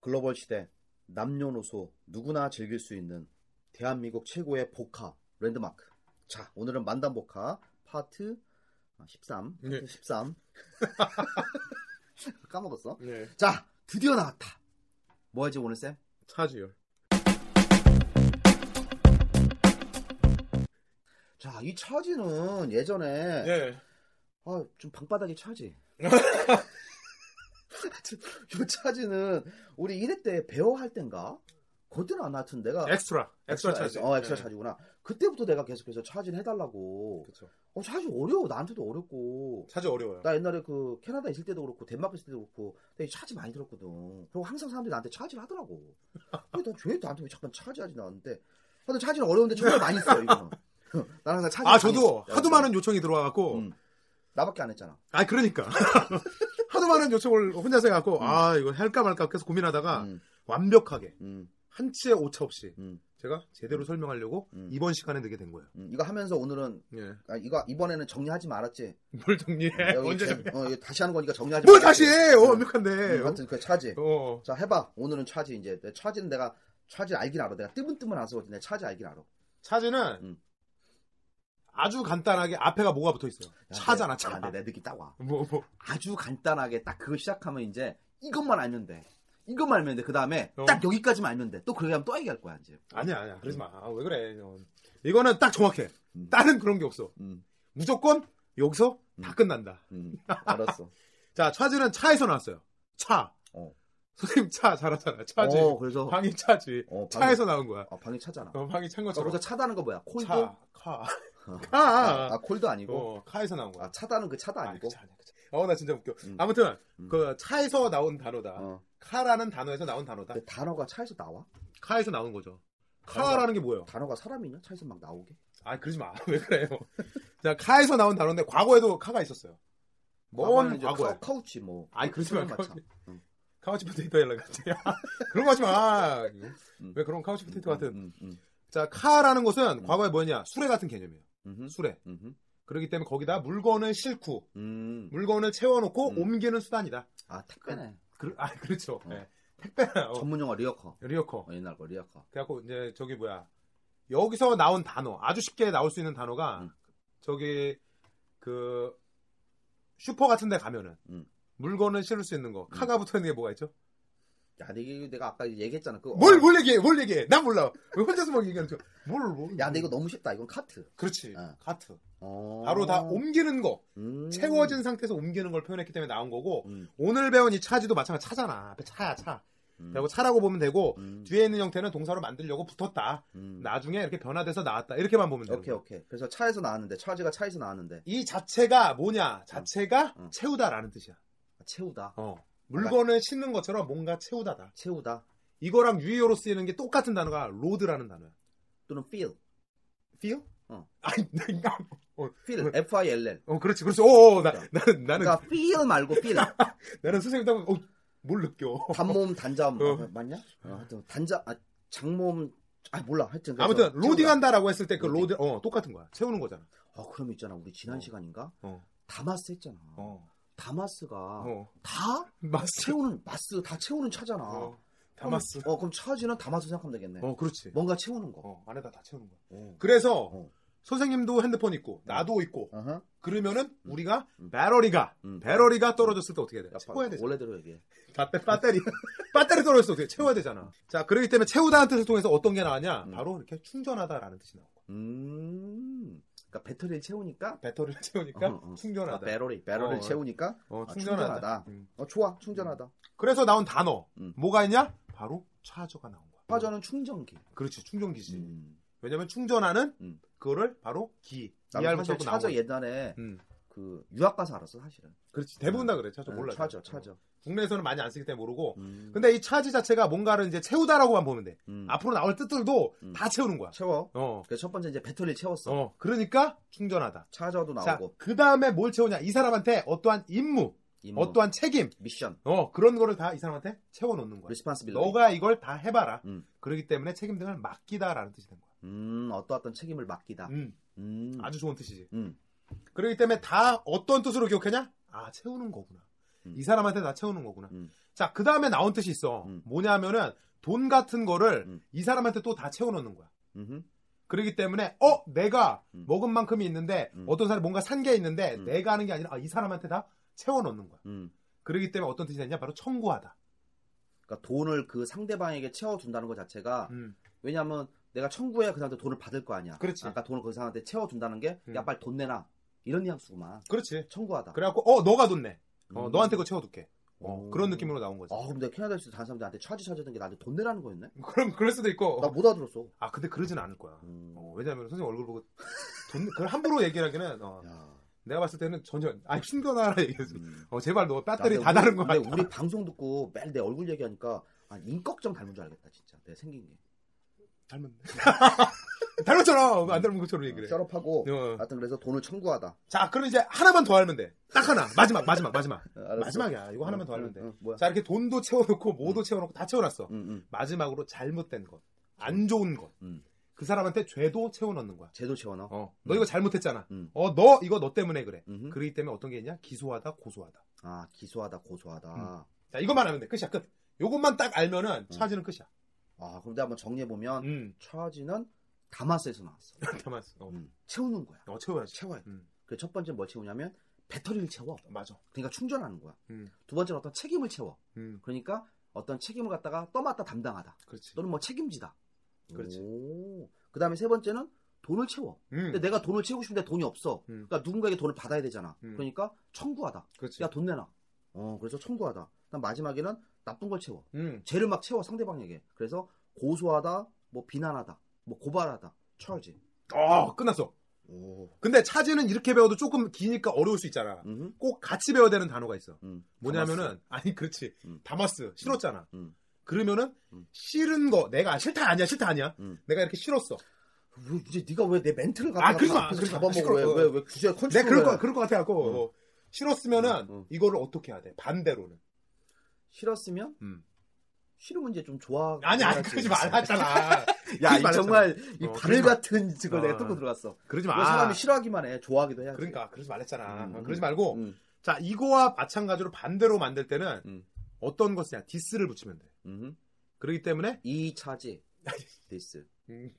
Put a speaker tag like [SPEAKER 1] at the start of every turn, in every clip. [SPEAKER 1] 글로벌 시대 남녀노소 누구나 즐길 수 있는 대한민국 최고의 복화 랜드마크. 자, 오늘은 만담 복화 파트 13. 파트
[SPEAKER 2] 네.
[SPEAKER 1] 13. 까먹었어.
[SPEAKER 2] 네.
[SPEAKER 1] 자, 드디어 나왔다. 뭐 하지 오늘 쌤?
[SPEAKER 2] 차지요.
[SPEAKER 1] 자, 이 차지는 예전에
[SPEAKER 2] 예.
[SPEAKER 1] 아, 좀 방바닥에 차지. 이 차지는 우리 1회 때 배워할 땐가? 그때는 안 하여튼 내가
[SPEAKER 2] 엑스트라. 엑스트라 차지.
[SPEAKER 1] 어, 엑스트라
[SPEAKER 2] 예.
[SPEAKER 1] 차지구나. 그때부터 내가 계속해서 차지를 해달라고.
[SPEAKER 2] 그쵸.
[SPEAKER 1] 어, 차지 어려워. 나한테도 어렵고.
[SPEAKER 2] 차지 어려워요.
[SPEAKER 1] 나 옛날에 그 캐나다 있을 때도 그렇고 덴마크 있을 때도 그렇고 내가 차지 많이 들었거든. 그리고 항상 사람들이 나한테 차지를 하더라고. 근데 난왜 나한테 왜 잠깐 차지하지 나는데. 근데 차지는 어려운데 정말 많이 써 이거는. 난 항상 차지.
[SPEAKER 2] 아, 저도 하도 많은
[SPEAKER 1] 은
[SPEAKER 2] 요청이 들어와갖고,
[SPEAKER 1] 음. 나밖에 안 했잖아.
[SPEAKER 2] 아, 그러니까. 하도 많은 요청을 혼자서 해갖고, 아, 이거 할까 말까 계속 고민하다가,
[SPEAKER 1] 음,
[SPEAKER 2] 완벽하게,
[SPEAKER 1] 음,
[SPEAKER 2] 한치의 오차 없이,
[SPEAKER 1] 음,
[SPEAKER 2] 제가 제대로 설명하려고,
[SPEAKER 1] 음.
[SPEAKER 2] 이번 시간에 넣게 된 거예요.
[SPEAKER 1] 음. 이거 하면서 오늘은
[SPEAKER 2] 예.
[SPEAKER 1] 아, 이거 이번에는 정리하지 말았지.
[SPEAKER 2] 뭘 정리해?
[SPEAKER 1] 여기
[SPEAKER 2] 언제
[SPEAKER 1] 제-
[SPEAKER 2] 정리해?
[SPEAKER 1] 어, 이거 다시 하는 거니까 정리하지.
[SPEAKER 2] 뭘
[SPEAKER 1] 말았지.
[SPEAKER 2] 다시 해!
[SPEAKER 1] 어,
[SPEAKER 2] 어, 완벽한데.
[SPEAKER 1] 음, 하여튼 그 차지.
[SPEAKER 2] 어.
[SPEAKER 1] 자 해봐. 오늘은 차지 이제 내 차지는 내가 차지 알긴 알아. 내가 뜨문뜨문 안 써가지고 내 차지 알긴 알아.
[SPEAKER 2] 차지는,
[SPEAKER 1] 음.
[SPEAKER 2] 아주 간단하게 앞에가 뭐가 붙어 있어요. 차잖아, 차.
[SPEAKER 1] 아, 내, 내 느낌 딱 와.
[SPEAKER 2] 뭐, 뭐.
[SPEAKER 1] 아주 간단하게 딱 그거 시작하면 이제 이것만 알면 돼. 이것만 알면 돼. 그 다음에
[SPEAKER 2] 어.
[SPEAKER 1] 딱 여기까지만 알면 돼. 또 그렇게 하면 또 얘기할 거야 이제.
[SPEAKER 2] 아니야, 아니야. 그러지 마. 아, 왜 그래. 어. 이거는 딱 정확해.
[SPEAKER 1] 음.
[SPEAKER 2] 다른 그런 게 없어.
[SPEAKER 1] 음,
[SPEAKER 2] 무조건 여기서 다
[SPEAKER 1] 음.
[SPEAKER 2] 끝난다.
[SPEAKER 1] 음, 알았어.
[SPEAKER 2] 자, 차지는 차에서 나왔어요. 차.
[SPEAKER 1] 어.
[SPEAKER 2] 선생님 차 잘하잖아. 차지.
[SPEAKER 1] 어, 그래서
[SPEAKER 2] 방이 차지.
[SPEAKER 1] 어, 방이-
[SPEAKER 2] 차에서 나온 거야.
[SPEAKER 1] 어, 방이 차잖아.
[SPEAKER 2] 어, 방이 찬
[SPEAKER 1] 어,
[SPEAKER 2] 것처럼.
[SPEAKER 1] 그래서 차다는 거 뭐야? 콜드?
[SPEAKER 2] 차, 카.
[SPEAKER 1] 어.
[SPEAKER 2] 카.
[SPEAKER 1] 아, 아, 콜드 아니고.
[SPEAKER 2] 어, 카에서 나온 거야.
[SPEAKER 1] 아, 차다는 그 차다
[SPEAKER 2] 아니,
[SPEAKER 1] 아니고.
[SPEAKER 2] 그 차, 아니야, 그 차. 어, 나 진짜 웃겨.
[SPEAKER 1] 음.
[SPEAKER 2] 아무튼
[SPEAKER 1] 음.
[SPEAKER 2] 그 차에서 나온 단어다.
[SPEAKER 1] 어. 네.
[SPEAKER 2] 카라는 단어에서 나온 단어다.
[SPEAKER 1] 근데 단어가 차에서 나와?
[SPEAKER 2] 카에서 나온 거죠. 카라는 게 뭐예요?
[SPEAKER 1] 단어가 사람이냐? 차에서 막 나오게?
[SPEAKER 2] 아, 그러지 마. 왜 그래요? 자, 카에서 나온 단어인데 과거에도 카가 있었어요.
[SPEAKER 1] 과거는
[SPEAKER 2] 먼
[SPEAKER 1] 이제
[SPEAKER 2] 과거에.
[SPEAKER 1] 카우- 카우치 뭐.
[SPEAKER 2] 아니, 그러지 마.
[SPEAKER 1] 맞아.
[SPEAKER 2] 카우치. 카우치 포테이토 연락 같아요. 그런 거 하지 마. 왜 그런 카우치 포테이토 같은.
[SPEAKER 1] 음, 음,
[SPEAKER 2] 자, 카라는 것은
[SPEAKER 1] 음.
[SPEAKER 2] 과거에 뭐냐? 수레 같은 개념이에요.
[SPEAKER 1] 음,
[SPEAKER 2] 수레.
[SPEAKER 1] 음,
[SPEAKER 2] 그렇기 때문에 거기다 물건을 싣고
[SPEAKER 1] 음.
[SPEAKER 2] 물건을 채워놓고
[SPEAKER 1] 음.
[SPEAKER 2] 옮기는 수단이다.
[SPEAKER 1] 아, 택배네.
[SPEAKER 2] 그, 아, 그렇죠.
[SPEAKER 1] 어.
[SPEAKER 2] 예. 택배나 어,
[SPEAKER 1] 전문 용어 리어커.
[SPEAKER 2] 리어커.
[SPEAKER 1] 어, 옛날 거 리어커.
[SPEAKER 2] 그래갖고 이제 저기 뭐야? 여기서 나온 단어, 아주 쉽게 나올 수 있는 단어가
[SPEAKER 1] 음.
[SPEAKER 2] 저기 그 슈퍼 같은데 가면은
[SPEAKER 1] 음.
[SPEAKER 2] 물건을 실을 수 있는 거 카가 붙어 있는 게 뭐가 있죠?
[SPEAKER 1] 야, 근데 이게 내가 아까 얘기했잖아. 그거.
[SPEAKER 2] 뭘
[SPEAKER 1] 어.
[SPEAKER 2] 뭘 얘기해? 뭘 얘기해? 난 몰라. 왜 혼자서 막 얘기하는 거야? 뭘 뭘?
[SPEAKER 1] 야, 근데 이거 너무 쉽다. 이건 카트.
[SPEAKER 2] 그렇지.
[SPEAKER 1] 어.
[SPEAKER 2] 카트.
[SPEAKER 1] 어.
[SPEAKER 2] 바로 다 옮기는 거.
[SPEAKER 1] 음.
[SPEAKER 2] 채워진 상태에서 옮기는 걸 표현했기 때문에 나온 거고
[SPEAKER 1] 음.
[SPEAKER 2] 오늘 배운 이 차지도 마찬가지 차잖아 앞에 차야 차
[SPEAKER 1] 음.
[SPEAKER 2] 그리고 차라고 보면 되고
[SPEAKER 1] 음.
[SPEAKER 2] 뒤에 있는 형태는 동사로 만들려고 붙었다
[SPEAKER 1] 음.
[SPEAKER 2] 나중에 이렇게 변화돼서 나왔다 이렇게만 보면 되는
[SPEAKER 1] 오케이,
[SPEAKER 2] 거야
[SPEAKER 1] 오케이. 그래서 차에서 나왔는데, 차지가 차에서 나왔는데,
[SPEAKER 2] 이 자체가 뭐냐 자체가
[SPEAKER 1] 음. 어.
[SPEAKER 2] 채우다라는 뜻이야
[SPEAKER 1] 아, 채우다.
[SPEAKER 2] 물건을 싣는 것처럼 뭔가 채우다다
[SPEAKER 1] 채우다.
[SPEAKER 2] 이거랑 유의어로 쓰이는 게 똑같은 단어가 로드라는 단어야
[SPEAKER 1] 또는 feel.
[SPEAKER 2] feel?
[SPEAKER 1] 어.
[SPEAKER 2] 아니 나, 어,
[SPEAKER 1] feel.
[SPEAKER 2] 왜?
[SPEAKER 1] F-I-L-L.
[SPEAKER 2] 어 그렇지 그렇지 어어 나,
[SPEAKER 1] 그러니까.
[SPEAKER 2] 나는 나는
[SPEAKER 1] 그러니까 feel 말고 feel.
[SPEAKER 2] 나는 선생님 따고 어, 뭘 느껴
[SPEAKER 1] 단모음 단자음
[SPEAKER 2] 어.
[SPEAKER 1] 아, 맞냐? 어, 하여튼 단자 아, 장모음 아 몰라 하여튼 그래서
[SPEAKER 2] 아무튼 로딩한다라고 했을 때 그
[SPEAKER 1] 로딩.
[SPEAKER 2] 로드 어 똑같은 거야 채우는 거잖아.
[SPEAKER 1] 채우다. 어 그럼 있잖아 우리 지난
[SPEAKER 2] 어.
[SPEAKER 1] 시간인가
[SPEAKER 2] 어.
[SPEAKER 1] 다마스 했잖아
[SPEAKER 2] 어.
[SPEAKER 1] 다마스가
[SPEAKER 2] 어.
[SPEAKER 1] 다
[SPEAKER 2] 마스.
[SPEAKER 1] 채우는 마스 다 채우는 차잖아
[SPEAKER 2] 어. 다마스.
[SPEAKER 1] 그럼, 어 그럼 차지는 다마스 생각하면 되겠네
[SPEAKER 2] 어 그렇지.
[SPEAKER 1] 뭔가 채우는 거
[SPEAKER 2] 어 안에다 다 채우는 거야.
[SPEAKER 1] 어.
[SPEAKER 2] 그래서
[SPEAKER 1] 어.
[SPEAKER 2] 선생님도 핸드폰 있고 나도 있고
[SPEAKER 1] 어허.
[SPEAKER 2] 그러면은
[SPEAKER 1] 음.
[SPEAKER 2] 우리가
[SPEAKER 1] 음.
[SPEAKER 2] 배터리가
[SPEAKER 1] 음.
[SPEAKER 2] 배터리가 떨어졌을 때 어떻게 해야 돼?
[SPEAKER 1] 야,
[SPEAKER 2] 채워야 되잖아.
[SPEAKER 1] 원래대로 얘기해.
[SPEAKER 2] 배터리 배터리 배터리 떨어졌을 때 어떻게 해? 채워야 되잖아. 자 그렇기 때문에 채우다는 뜻을 통해서 어떤 게 나왔냐?
[SPEAKER 1] 음.
[SPEAKER 2] 바로 이렇게 충전하다라는 뜻이 나온 거.
[SPEAKER 1] 음. 그러니까 배터리를 채우니까
[SPEAKER 2] 배터리를 채우니까
[SPEAKER 1] 어, 어.
[SPEAKER 2] 충전하다.
[SPEAKER 1] 아, 배터리, 배터리를
[SPEAKER 2] 어,
[SPEAKER 1] 채우니까
[SPEAKER 2] 어,
[SPEAKER 1] 아,
[SPEAKER 2] 충전하다.
[SPEAKER 1] 충전하다.
[SPEAKER 2] 음.
[SPEAKER 1] 어, 좋아. 충전하다.
[SPEAKER 2] 그래서 나온 단어
[SPEAKER 1] 음.
[SPEAKER 2] 뭐가 있냐? 바로 차저가 나온 거야. 어,
[SPEAKER 1] 화전은 충전기.
[SPEAKER 2] 그렇지 충전기지.
[SPEAKER 1] 음.
[SPEAKER 2] 왜냐면 충전하는
[SPEAKER 1] 음.
[SPEAKER 2] 그거를 바로 기.
[SPEAKER 1] 나도 예.
[SPEAKER 2] 이알로
[SPEAKER 1] 사실
[SPEAKER 2] 자꾸 나온
[SPEAKER 1] 차저
[SPEAKER 2] 거.
[SPEAKER 1] 옛날에
[SPEAKER 2] 음.
[SPEAKER 1] 그 유학 가서 알았어, 사실은.
[SPEAKER 2] 그렇지
[SPEAKER 1] 음.
[SPEAKER 2] 대부분 다 그래 차저
[SPEAKER 1] 응,
[SPEAKER 2] 몰라.
[SPEAKER 1] 차저, 차저.
[SPEAKER 2] 국내에서는 많이 안 쓰기 때문에 모르고.
[SPEAKER 1] 음.
[SPEAKER 2] 근데 이 차지 자체가 뭔가를 이제 채우다라고만 보면 돼.
[SPEAKER 1] 음.
[SPEAKER 2] 앞으로 나올 뜻들도
[SPEAKER 1] 음.
[SPEAKER 2] 다 채우는 거야.
[SPEAKER 1] 채워.
[SPEAKER 2] 어.
[SPEAKER 1] 그래서 첫 번째 이제 배터리를 채웠어.
[SPEAKER 2] 어. 그러니까 충전하다.
[SPEAKER 1] 차저도
[SPEAKER 2] 자,
[SPEAKER 1] 나오고
[SPEAKER 2] 그 다음에 뭘 채우냐? 이 사람한테 어떠한 임무,
[SPEAKER 1] 임무,
[SPEAKER 2] 어떠한 책임,
[SPEAKER 1] 미션,
[SPEAKER 2] 어 그런 거를 다 이 사람한테 채워놓는 거야.
[SPEAKER 1] 리스폰시빌리티.
[SPEAKER 2] 너가 이걸 다 해봐라.
[SPEAKER 1] 음.
[SPEAKER 2] 그렇기 때문에 책임 등을 맡기다라는 뜻이 된 거야.
[SPEAKER 1] 음, 어떠한 책임을 맡기다.
[SPEAKER 2] 음,
[SPEAKER 1] 음.
[SPEAKER 2] 아주 좋은 뜻이지.
[SPEAKER 1] 음.
[SPEAKER 2] 그렇기 때문에 다 어떤 뜻으로 기억하냐? 아 채우는 거구나.
[SPEAKER 1] 음.
[SPEAKER 2] 이 사람한테 다 채우는 거구나.
[SPEAKER 1] 음.
[SPEAKER 2] 자 그 다음에 나온 뜻이 있어.
[SPEAKER 1] 음.
[SPEAKER 2] 뭐냐면은 돈 같은 거를
[SPEAKER 1] 음.
[SPEAKER 2] 이 사람한테 또 다 채워넣는 거야.
[SPEAKER 1] 음흠.
[SPEAKER 2] 그러기 때문에 어 내가
[SPEAKER 1] 음.
[SPEAKER 2] 먹은 만큼이 있는데
[SPEAKER 1] 음.
[SPEAKER 2] 어떤 사람이 뭔가 산 게 있는데
[SPEAKER 1] 음.
[SPEAKER 2] 내가 하는 게 아니라 아, 이 사람한테 다 채워 넣는 거야.
[SPEAKER 1] 음.
[SPEAKER 2] 그러기 때문에 어떤 뜻이 되냐 바로 청구하다.
[SPEAKER 1] 그러니까 돈을 그 상대방에게 채워준다는 것 자체가
[SPEAKER 2] 음.
[SPEAKER 1] 왜냐하면 내가 청구해야 그 사람한테 돈을 받을 거 아니야.
[SPEAKER 2] 그렇지.
[SPEAKER 1] 아까 돈을 그 사람한테 채워준다는 게 야
[SPEAKER 2] 음.
[SPEAKER 1] 빨리 돈 내놔 이런 뉘앙스구만.
[SPEAKER 2] 그렇지.
[SPEAKER 1] 청구하다.
[SPEAKER 2] 그래갖고 어 너가 돈 내. 어,
[SPEAKER 1] 음.
[SPEAKER 2] 너한테 그거 채워둘게. 어,
[SPEAKER 1] 오.
[SPEAKER 2] 그런 느낌으로 나온 거지.
[SPEAKER 1] 아 그럼 내가 캐나다에서 다른 사람들한테 차지 차지하는 게 나한테 돈 내라는 거였네?
[SPEAKER 2] 그럼 그럴 수도 있고.
[SPEAKER 1] 나 못 알아들었어.
[SPEAKER 2] 아 근데 그러진 않을 거야.
[SPEAKER 1] 음.
[SPEAKER 2] 어, 왜냐면 선생님 얼굴 보고 돈 그걸 함부로 얘기하기는 어,
[SPEAKER 1] 야.
[SPEAKER 2] 내가 봤을 때는 전혀 아 힘겨나라 얘기했어.
[SPEAKER 1] 음.
[SPEAKER 2] 어 제발 너
[SPEAKER 1] 나
[SPEAKER 2] 배터리
[SPEAKER 1] 근데
[SPEAKER 2] 다
[SPEAKER 1] 우리-
[SPEAKER 2] 다른 거
[SPEAKER 1] 근데
[SPEAKER 2] 같아.
[SPEAKER 1] 우리 방송 듣고 매일 내 얼굴 얘기하니까 아, 인걱정 닮은 줄 알겠다 진짜. 내 생긴 게.
[SPEAKER 2] 닮았네. 닮았잖아. 안 닮은 것처럼 얘기를 해.
[SPEAKER 1] 셋업하고
[SPEAKER 2] 어.
[SPEAKER 1] 하여튼 그래서 돈을 청구하다. 어,
[SPEAKER 2] 자, 그럼 이제 하나만 더 알면 돼. 딱 하나. 마지막, 마지막, 마지막.
[SPEAKER 1] 알았어. 음,
[SPEAKER 2] 마지막이야. 이거 하나만 더 알면 돼.
[SPEAKER 1] 응, 응, 뭐야?
[SPEAKER 2] 자, 이렇게 돈도 채워놓고, 뭐도 채워놓고, 다 채워놨어.
[SPEAKER 1] 응, 응.
[SPEAKER 2] 마지막으로 잘못된 것. 안 좋은 것.
[SPEAKER 1] 음.
[SPEAKER 2] 그 사람한테 죄도 채워넣는 거야.
[SPEAKER 1] 제도 채워넣어.
[SPEAKER 2] 어. 너 이거 잘못했잖아.
[SPEAKER 1] 음.
[SPEAKER 2] 어, 너, 이거 너 때문에 그래.
[SPEAKER 1] 음흠.
[SPEAKER 2] 그러기 때문에 어떤 게 있냐? 기소하다, 고소하다.
[SPEAKER 1] 아 기소하다 고소하다.
[SPEAKER 2] 음. 자, 이것만 알면 돼. 끝이야, 끝. 요것만 딱 알면은 차지는 끝이야.
[SPEAKER 1] 음. 아 그런데 한번 정리해 보면
[SPEAKER 2] 음.
[SPEAKER 1] 차지는 다마스에서 나왔어.
[SPEAKER 2] 가만 있어. 어.
[SPEAKER 1] 음. 채우는 거야.
[SPEAKER 2] 어, 채워야지.
[SPEAKER 1] 채워야 돼.
[SPEAKER 2] 음.
[SPEAKER 1] 그래서 첫 번째 뭘 채우냐면 배터리를 채워.
[SPEAKER 2] 맞아.
[SPEAKER 1] 그러니까 충전하는 거야.
[SPEAKER 2] 음.
[SPEAKER 1] 두 번째는 어떤 책임을 채워.
[SPEAKER 2] 음.
[SPEAKER 1] 그러니까 어떤 책임을 갖다가 떠맡다 담당하다.
[SPEAKER 2] 그렇지.
[SPEAKER 1] 또는 뭐 책임지다.
[SPEAKER 2] 그렇지.
[SPEAKER 1] 오. 그다음에 세 번째는 돈을 채워.
[SPEAKER 2] 음.
[SPEAKER 1] 근데 내가 돈을 채우고 싶은데 돈이 없어.
[SPEAKER 2] 음.
[SPEAKER 1] 그러니까 누군가에게 돈을 받아야 되잖아.
[SPEAKER 2] 음.
[SPEAKER 1] 그러니까 청구하다.
[SPEAKER 2] 그렇지.
[SPEAKER 1] 야 돈 내놔. 어 그래서 청구하다. 그다음 마지막에는 나쁜 걸 채워.
[SPEAKER 2] 음.
[SPEAKER 1] 죄를 막 채워 상대방에게. 그래서 고소하다, 뭐 비난하다, 뭐 고발하다, 처지.
[SPEAKER 2] 어, 끝났어.
[SPEAKER 1] 오.
[SPEAKER 2] 근데 차지는 이렇게 배워도 조금 기니까 어려울 수 있잖아.
[SPEAKER 1] 음흠.
[SPEAKER 2] 꼭 같이 배워야 되는 단어가 있어.
[SPEAKER 1] 음.
[SPEAKER 2] 뭐냐면은 아니 그렇지.
[SPEAKER 1] 음.
[SPEAKER 2] 다마스 싫었잖아.
[SPEAKER 1] 음.
[SPEAKER 2] 그러면은
[SPEAKER 1] 음.
[SPEAKER 2] 싫은 거 내가 싫다 아니야 싫다 아니야.
[SPEAKER 1] 음.
[SPEAKER 2] 내가 이렇게 싫었어.
[SPEAKER 1] 담았어. 왜, 이제 네가 왜 내 멘트를
[SPEAKER 2] 아,
[SPEAKER 1] 갖다가
[SPEAKER 2] 그러지 마.
[SPEAKER 1] 앞에서
[SPEAKER 2] 그러지 마.
[SPEAKER 1] 잡아먹어
[SPEAKER 2] 시끄러워.
[SPEAKER 1] 왜왜 왜 주제 컨트롤
[SPEAKER 2] 내가 네, 그럴
[SPEAKER 1] 해.
[SPEAKER 2] 거 그럴 것 같아 갖고
[SPEAKER 1] 음.
[SPEAKER 2] 어, 싫었으면은
[SPEAKER 1] 음, 음.
[SPEAKER 2] 이거를 어떻게 해야 돼? 반대로는.
[SPEAKER 1] 싫었으면
[SPEAKER 2] 음.
[SPEAKER 1] 싫으면 이제 좀 좋아
[SPEAKER 2] 아니 아니 그러지 말았잖아.
[SPEAKER 1] 야
[SPEAKER 2] 그러지
[SPEAKER 1] 이
[SPEAKER 2] 말았잖아.
[SPEAKER 1] 정말 이
[SPEAKER 2] 어,
[SPEAKER 1] 바늘
[SPEAKER 2] 그러지 마.
[SPEAKER 1] 같은 그걸
[SPEAKER 2] 어.
[SPEAKER 1] 내가 뚫고 들어갔어
[SPEAKER 2] 그러지
[SPEAKER 1] 왜
[SPEAKER 2] 마.
[SPEAKER 1] 사람이 싫어하기만 해 좋아하기도 해야지
[SPEAKER 2] 그러니까 그러지 말랬잖아.
[SPEAKER 1] 음,
[SPEAKER 2] 어,
[SPEAKER 1] 음.
[SPEAKER 2] 그러지 말고
[SPEAKER 1] 음.
[SPEAKER 2] 자 이거와 마찬가지로 반대로 만들 때는
[SPEAKER 1] 음.
[SPEAKER 2] 어떤 것이냐 디스를 붙이면 돼.
[SPEAKER 1] 음흠.
[SPEAKER 2] 그렇기 때문에
[SPEAKER 1] 이 차지 디스
[SPEAKER 2] 음,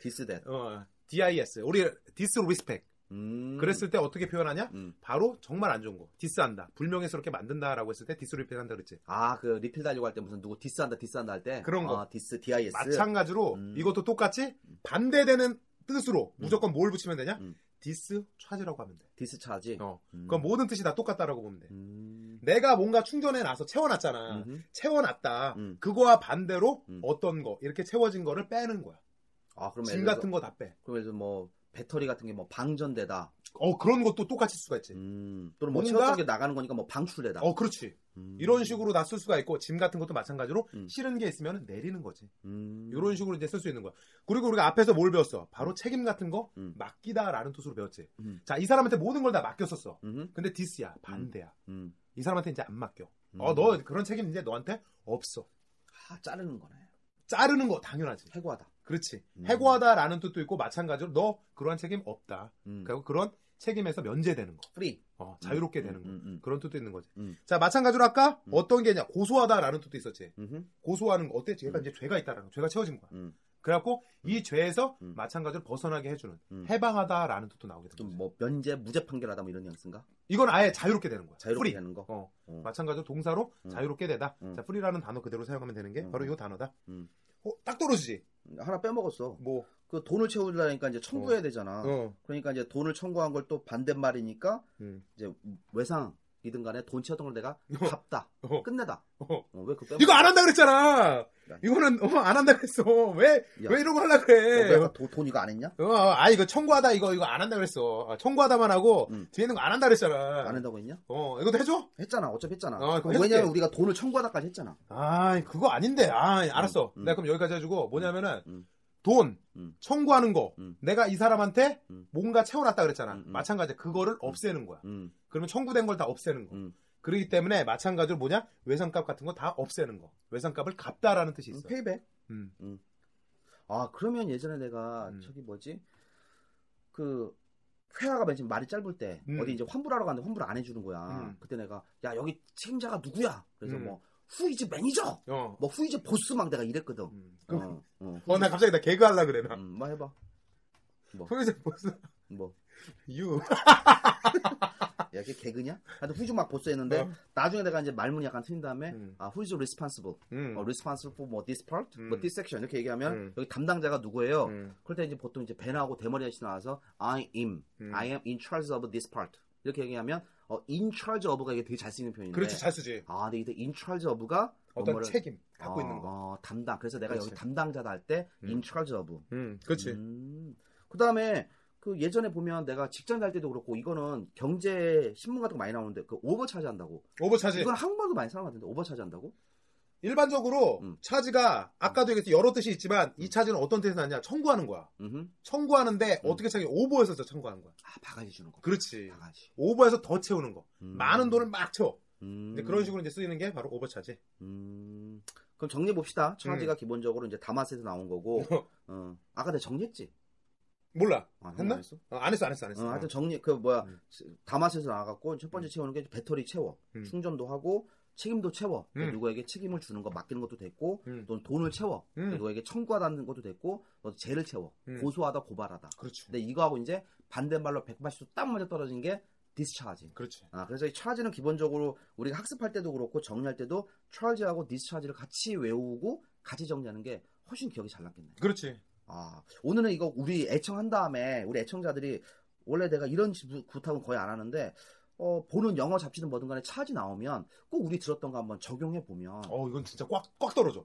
[SPEAKER 1] 디스 댓
[SPEAKER 2] 어, DIS 우리 디스 리스펙.
[SPEAKER 1] 음.
[SPEAKER 2] 그랬을 때 어떻게 표현하냐?
[SPEAKER 1] 음.
[SPEAKER 2] 바로 정말 안 좋은 거. 디스한다. 불명예스럽게 만든다라고 했을 때 디스를 표현한다 그랬지.
[SPEAKER 1] 아, 그 리필 달려고 할 때 무슨 누구 디스한다 디스한다 할 때
[SPEAKER 2] 그런 거.
[SPEAKER 1] 아, 디스 DIS
[SPEAKER 2] 마찬가지로
[SPEAKER 1] 음.
[SPEAKER 2] 이것도 똑같이 반대되는 뜻으로 무조건 뭘 붙이면 되냐?
[SPEAKER 1] 음.
[SPEAKER 2] 디스 차지라고 하면 돼.
[SPEAKER 1] 디스 차지.
[SPEAKER 2] 어.
[SPEAKER 1] 음.
[SPEAKER 2] 그건 모든 뜻이 다 똑같다라고 보면 돼.
[SPEAKER 1] 음.
[SPEAKER 2] 내가 뭔가 충전해 놔서 채워놨잖아.
[SPEAKER 1] 음흠.
[SPEAKER 2] 채워놨다.
[SPEAKER 1] 음.
[SPEAKER 2] 그거와 반대로
[SPEAKER 1] 음.
[SPEAKER 2] 어떤 거 이렇게 채워진 거를 빼는 거야.
[SPEAKER 1] 아, 그럼
[SPEAKER 2] 짐 같은 거 다 빼.
[SPEAKER 1] 그럼 예를 들어 뭐 배터리 같은 게 뭐 방전되다.
[SPEAKER 2] 어 그런 것도 똑같이 쓸 수가 있지.
[SPEAKER 1] 음. 또는 뭐
[SPEAKER 2] 뭔가-
[SPEAKER 1] 채웠던 게 나가는 거니까 뭐 방출되다.
[SPEAKER 2] 어 그렇지.
[SPEAKER 1] 음.
[SPEAKER 2] 이런 식으로 다 쓸 수가 있고 짐 같은 것도 마찬가지로
[SPEAKER 1] 음.
[SPEAKER 2] 싫은 게 있으면 내리는 거지.
[SPEAKER 1] 음.
[SPEAKER 2] 이런 식으로 이제 쓸 수 있는 거야. 그리고 우리가 앞에서 뭘 배웠어? 바로 책임 같은 거
[SPEAKER 1] 음.
[SPEAKER 2] 맡기다라는 뜻으로 배웠지.
[SPEAKER 1] 음.
[SPEAKER 2] 자, 이 사람한테 모든 걸 다 맡겼었어.
[SPEAKER 1] 음흠.
[SPEAKER 2] 근데 디스야, 반대야.
[SPEAKER 1] 음.
[SPEAKER 2] 이 사람한테 이제 안 맡겨.
[SPEAKER 1] 음.
[SPEAKER 2] 어, 너 그런 책임 이제 너한테 없어.
[SPEAKER 1] 아, 자르는 거네.
[SPEAKER 2] 자르는 거 당연하지.
[SPEAKER 1] 해고하다.
[SPEAKER 2] 그렇지.
[SPEAKER 1] 음.
[SPEAKER 2] 해고하다라는 뜻도 있고 마찬가지로 너 그러한 책임 없다.
[SPEAKER 1] 음.
[SPEAKER 2] 그리고 그런 책임에서 면제되는 거.
[SPEAKER 1] 프리.
[SPEAKER 2] 어, 자유롭게 되는 거.
[SPEAKER 1] 음, 음,
[SPEAKER 2] 그런 뜻도 있는 거지.
[SPEAKER 1] 음.
[SPEAKER 2] 자, 마찬가지로 아까
[SPEAKER 1] 음.
[SPEAKER 2] 어떤 게냐? 고소하다라는 뜻도 있었지.
[SPEAKER 1] 음. 음흠.
[SPEAKER 2] 고소하는 거 어때?
[SPEAKER 1] 음.
[SPEAKER 2] 약간 이제 죄가 있다라는 거. 죄가 채워진 거야.
[SPEAKER 1] 음.
[SPEAKER 2] 그래갖고 이 죄에서
[SPEAKER 1] 음.
[SPEAKER 2] 마찬가지로 벗어나게 해주는
[SPEAKER 1] 음.
[SPEAKER 2] 해방하다라는 뜻도 나오게 됩니다.
[SPEAKER 1] 좀뭐 면제 무죄 판결하다 뭐 이런 뉘앙스인가?
[SPEAKER 2] 이건 아예 자유롭게 되는 거야.
[SPEAKER 1] 자유롭게
[SPEAKER 2] 프리.
[SPEAKER 1] 되는 거.
[SPEAKER 2] 어.
[SPEAKER 1] 어.
[SPEAKER 2] 마찬가지로 동사로
[SPEAKER 1] 음.
[SPEAKER 2] 자유롭게 되다.
[SPEAKER 1] 음.
[SPEAKER 2] 자, 프리라는 단어 그대로 사용하면 되는 게
[SPEAKER 1] 음.
[SPEAKER 2] 바로 이 단어다.
[SPEAKER 1] 음.
[SPEAKER 2] 어, 딱 떨어지지.
[SPEAKER 1] 하나 빼먹었어.
[SPEAKER 2] 뭐.
[SPEAKER 1] 그 돈을 채우려니까 이제 청구해야 되잖아.
[SPEAKER 2] 어.
[SPEAKER 1] 그러니까 이제 돈을 청구한 걸 또 반대말이니까
[SPEAKER 2] 음.
[SPEAKER 1] 이제 외상이든 간에 돈 채웠던 걸 내가 갚다.
[SPEAKER 2] 어.
[SPEAKER 1] 끝내다.
[SPEAKER 2] 어.
[SPEAKER 1] 어, 왜 그거 빼먹
[SPEAKER 2] 이거 안 한다 그랬잖아.
[SPEAKER 1] 야.
[SPEAKER 2] 이거는 어, 안 한다 그랬어. 왜,
[SPEAKER 1] 야.
[SPEAKER 2] 왜 이러고 하려
[SPEAKER 1] 어,
[SPEAKER 2] 그래.
[SPEAKER 1] 내가 도- 돈 이거 안 했냐?
[SPEAKER 2] 어, 아, 이거 청구하다, 이거, 이거 안 한다 그랬어. 아, 청구하다만 하고,
[SPEAKER 1] 음.
[SPEAKER 2] 뒤에 있는 거 안 한다 그랬잖아.
[SPEAKER 1] 안 한다고 했냐?
[SPEAKER 2] 어, 이것도 해줘?
[SPEAKER 1] 했잖아. 어차피 했잖아.
[SPEAKER 2] 어, 그거 해줄게.
[SPEAKER 1] 왜냐면 우리가 돈을 청구하다까지 했잖아.
[SPEAKER 2] 아, 그거 아닌데. 아, 알았어.
[SPEAKER 1] 음.
[SPEAKER 2] 내가 그럼 여기까지 해주고, 뭐냐면은,
[SPEAKER 1] 음.
[SPEAKER 2] 돈,
[SPEAKER 1] 음.
[SPEAKER 2] 청구하는 거,
[SPEAKER 1] 음.
[SPEAKER 2] 내가 이 사람한테
[SPEAKER 1] 음.
[SPEAKER 2] 뭔가 채워놨다 그랬잖아.
[SPEAKER 1] 음, 음.
[SPEAKER 2] 마찬가지야. 그거를 없애는 거야.
[SPEAKER 1] 음.
[SPEAKER 2] 그러면 청구된 걸 다 없애는 거.
[SPEAKER 1] 음.
[SPEAKER 2] 그렇기 때문에 마찬가지로 뭐냐? 외상값 같은 거 다 없애는 거. 외상값을 갚다라는 뜻이 있어.
[SPEAKER 1] 페이백.
[SPEAKER 2] 음.
[SPEAKER 1] 아, 그러면 예전에 내가
[SPEAKER 2] 음.
[SPEAKER 1] 저기 뭐지? 그 회화가 맨 지금 말이 짧을 때
[SPEAKER 2] 음.
[SPEAKER 1] 어디 이제 환불하러 갔는데 환불 을안 해주는 거야.
[SPEAKER 2] 음.
[SPEAKER 1] 그때 내가 야 여기 책임자가 누구야? 그래서
[SPEAKER 2] 음.
[SPEAKER 1] 뭐 후이즈 매니저,
[SPEAKER 2] 어.
[SPEAKER 1] 뭐 후이즈 보스 막 내가 이랬거든.
[SPEAKER 2] 음. 그럼- 아.
[SPEAKER 1] 어, 어.
[SPEAKER 2] 어, 나 갑자기 나 개그 하려 그래, 나.
[SPEAKER 1] 음, 뭐 해봐.
[SPEAKER 2] 후유세 보스,
[SPEAKER 1] 뭐.
[SPEAKER 2] 유.
[SPEAKER 1] 야, 이게 개그냐? 하여튼 후이즈 막 보스 했는데,
[SPEAKER 2] 아. 어.
[SPEAKER 1] 나중에 내가 이제 말문이 약간 트인 다음에,
[SPEAKER 2] 음.
[SPEAKER 1] 아, 후이즈 responsible.
[SPEAKER 2] 음.
[SPEAKER 1] 어, responsible for 뭐 this part?
[SPEAKER 2] 음.
[SPEAKER 1] 뭐 this section. 이렇게 얘기하면,
[SPEAKER 2] 음.
[SPEAKER 1] 여기 담당자가 누구예요?
[SPEAKER 2] 음.
[SPEAKER 1] 그럴 때 이제 보통 이제 배나하고 대머리 아저씨 나와서, I am.
[SPEAKER 2] 음.
[SPEAKER 1] I am in charge of this part. 이렇게 얘기하면, 어, in charge of가 이게 되게 잘 쓰이는 표현인데.
[SPEAKER 2] 그렇지, 잘 쓰지.
[SPEAKER 1] 아, 근데 이때 in charge of가
[SPEAKER 2] 어떤
[SPEAKER 1] 뭐를-
[SPEAKER 2] 책임 갖고
[SPEAKER 1] 아,
[SPEAKER 2] 있는 거.
[SPEAKER 1] 어, 담당. 그래서 내가
[SPEAKER 2] 그렇지.
[SPEAKER 1] 여기 담당자다 할 때,
[SPEAKER 2] 음.
[SPEAKER 1] in charge of.
[SPEAKER 2] 음, 그렇지.
[SPEAKER 1] 그 다음에 그 예전에 보면 내가 직장 다닐 때도 그렇고 이거는 경제 신문 같은 거 많이 나오는데 그 오버 차지한다고.
[SPEAKER 2] 오버차지.
[SPEAKER 1] 이건 한국말도 많이 사용하던데 오버 차지한다고?
[SPEAKER 2] 일반적으로
[SPEAKER 1] 음.
[SPEAKER 2] 차지가 아까도 얘기했듯이 여러 뜻이 있지만 이 차지는 어떤 뜻에서 나냐? 청구하는 거야.
[SPEAKER 1] 음흠.
[SPEAKER 2] 청구하는데
[SPEAKER 1] 음.
[SPEAKER 2] 어떻게 차지? 오버해서 저 청구하는 거야.
[SPEAKER 1] 아 바가지 주는 거.
[SPEAKER 2] 그렇지.
[SPEAKER 1] 바가지.
[SPEAKER 2] 오버해서 더 채우는 거.
[SPEAKER 1] 음.
[SPEAKER 2] 많은 돈을 막 채워.
[SPEAKER 1] 음.
[SPEAKER 2] 근데 그런 식으로 이제 쓰이는 게 바로 오버차지.
[SPEAKER 1] 음. 그럼 정리해 봅시다. 차지가
[SPEAKER 2] 음.
[SPEAKER 1] 기본적으로 이제 다마스에서 나온 거고. 어. 아까 내가 정리했지.
[SPEAKER 2] 몰라.
[SPEAKER 1] 아, 형
[SPEAKER 2] 뭐. 했나?
[SPEAKER 1] 안 했어?
[SPEAKER 2] 어, 안 했어, 안 했어,
[SPEAKER 1] 어,
[SPEAKER 2] 안 했어.
[SPEAKER 1] 하여튼 정리 그 뭐야
[SPEAKER 2] 음.
[SPEAKER 1] 다마스에서 나가고 첫 번째 채우는 게 배터리 채워
[SPEAKER 2] 음.
[SPEAKER 1] 충전도 하고 책임도 채워 그러니까
[SPEAKER 2] 음.
[SPEAKER 1] 누구에게 책임을 주는 거 맡기는 것도 됐고
[SPEAKER 2] 음.
[SPEAKER 1] 또는 돈을 채워 그러니까
[SPEAKER 2] 음.
[SPEAKER 1] 누구에게 청구하다는 것도 됐고 또 죄를 채워
[SPEAKER 2] 음.
[SPEAKER 1] 고소하다 네. 고발하다
[SPEAKER 2] 그렇죠.
[SPEAKER 1] 근데 이거하고 이제 반대말로 180도 딱 맞아 떨어진 게 디스차지
[SPEAKER 2] 그렇지.
[SPEAKER 1] 아 그래서 이 차지는 기본적으로 우리가 학습할 때도 그렇고 정리할 때도 차지하고 디스차지를 같이 외우고 같이 정리하는 게 훨씬 기억이 잘 남겠네.
[SPEAKER 2] 그렇지.
[SPEAKER 1] 아, 오늘은 이거 우리 애청한 다음에 우리 애청자들이 원래 내가 이런 지- 부탁은 거의 안 하는데 어, 보는 영어 잡지는 뭐든 간에 차지 나오면 꼭 우리 들었던 거 한번 적용해 보면
[SPEAKER 2] 어, 이건 진짜 꽉, 꽉 떨어져.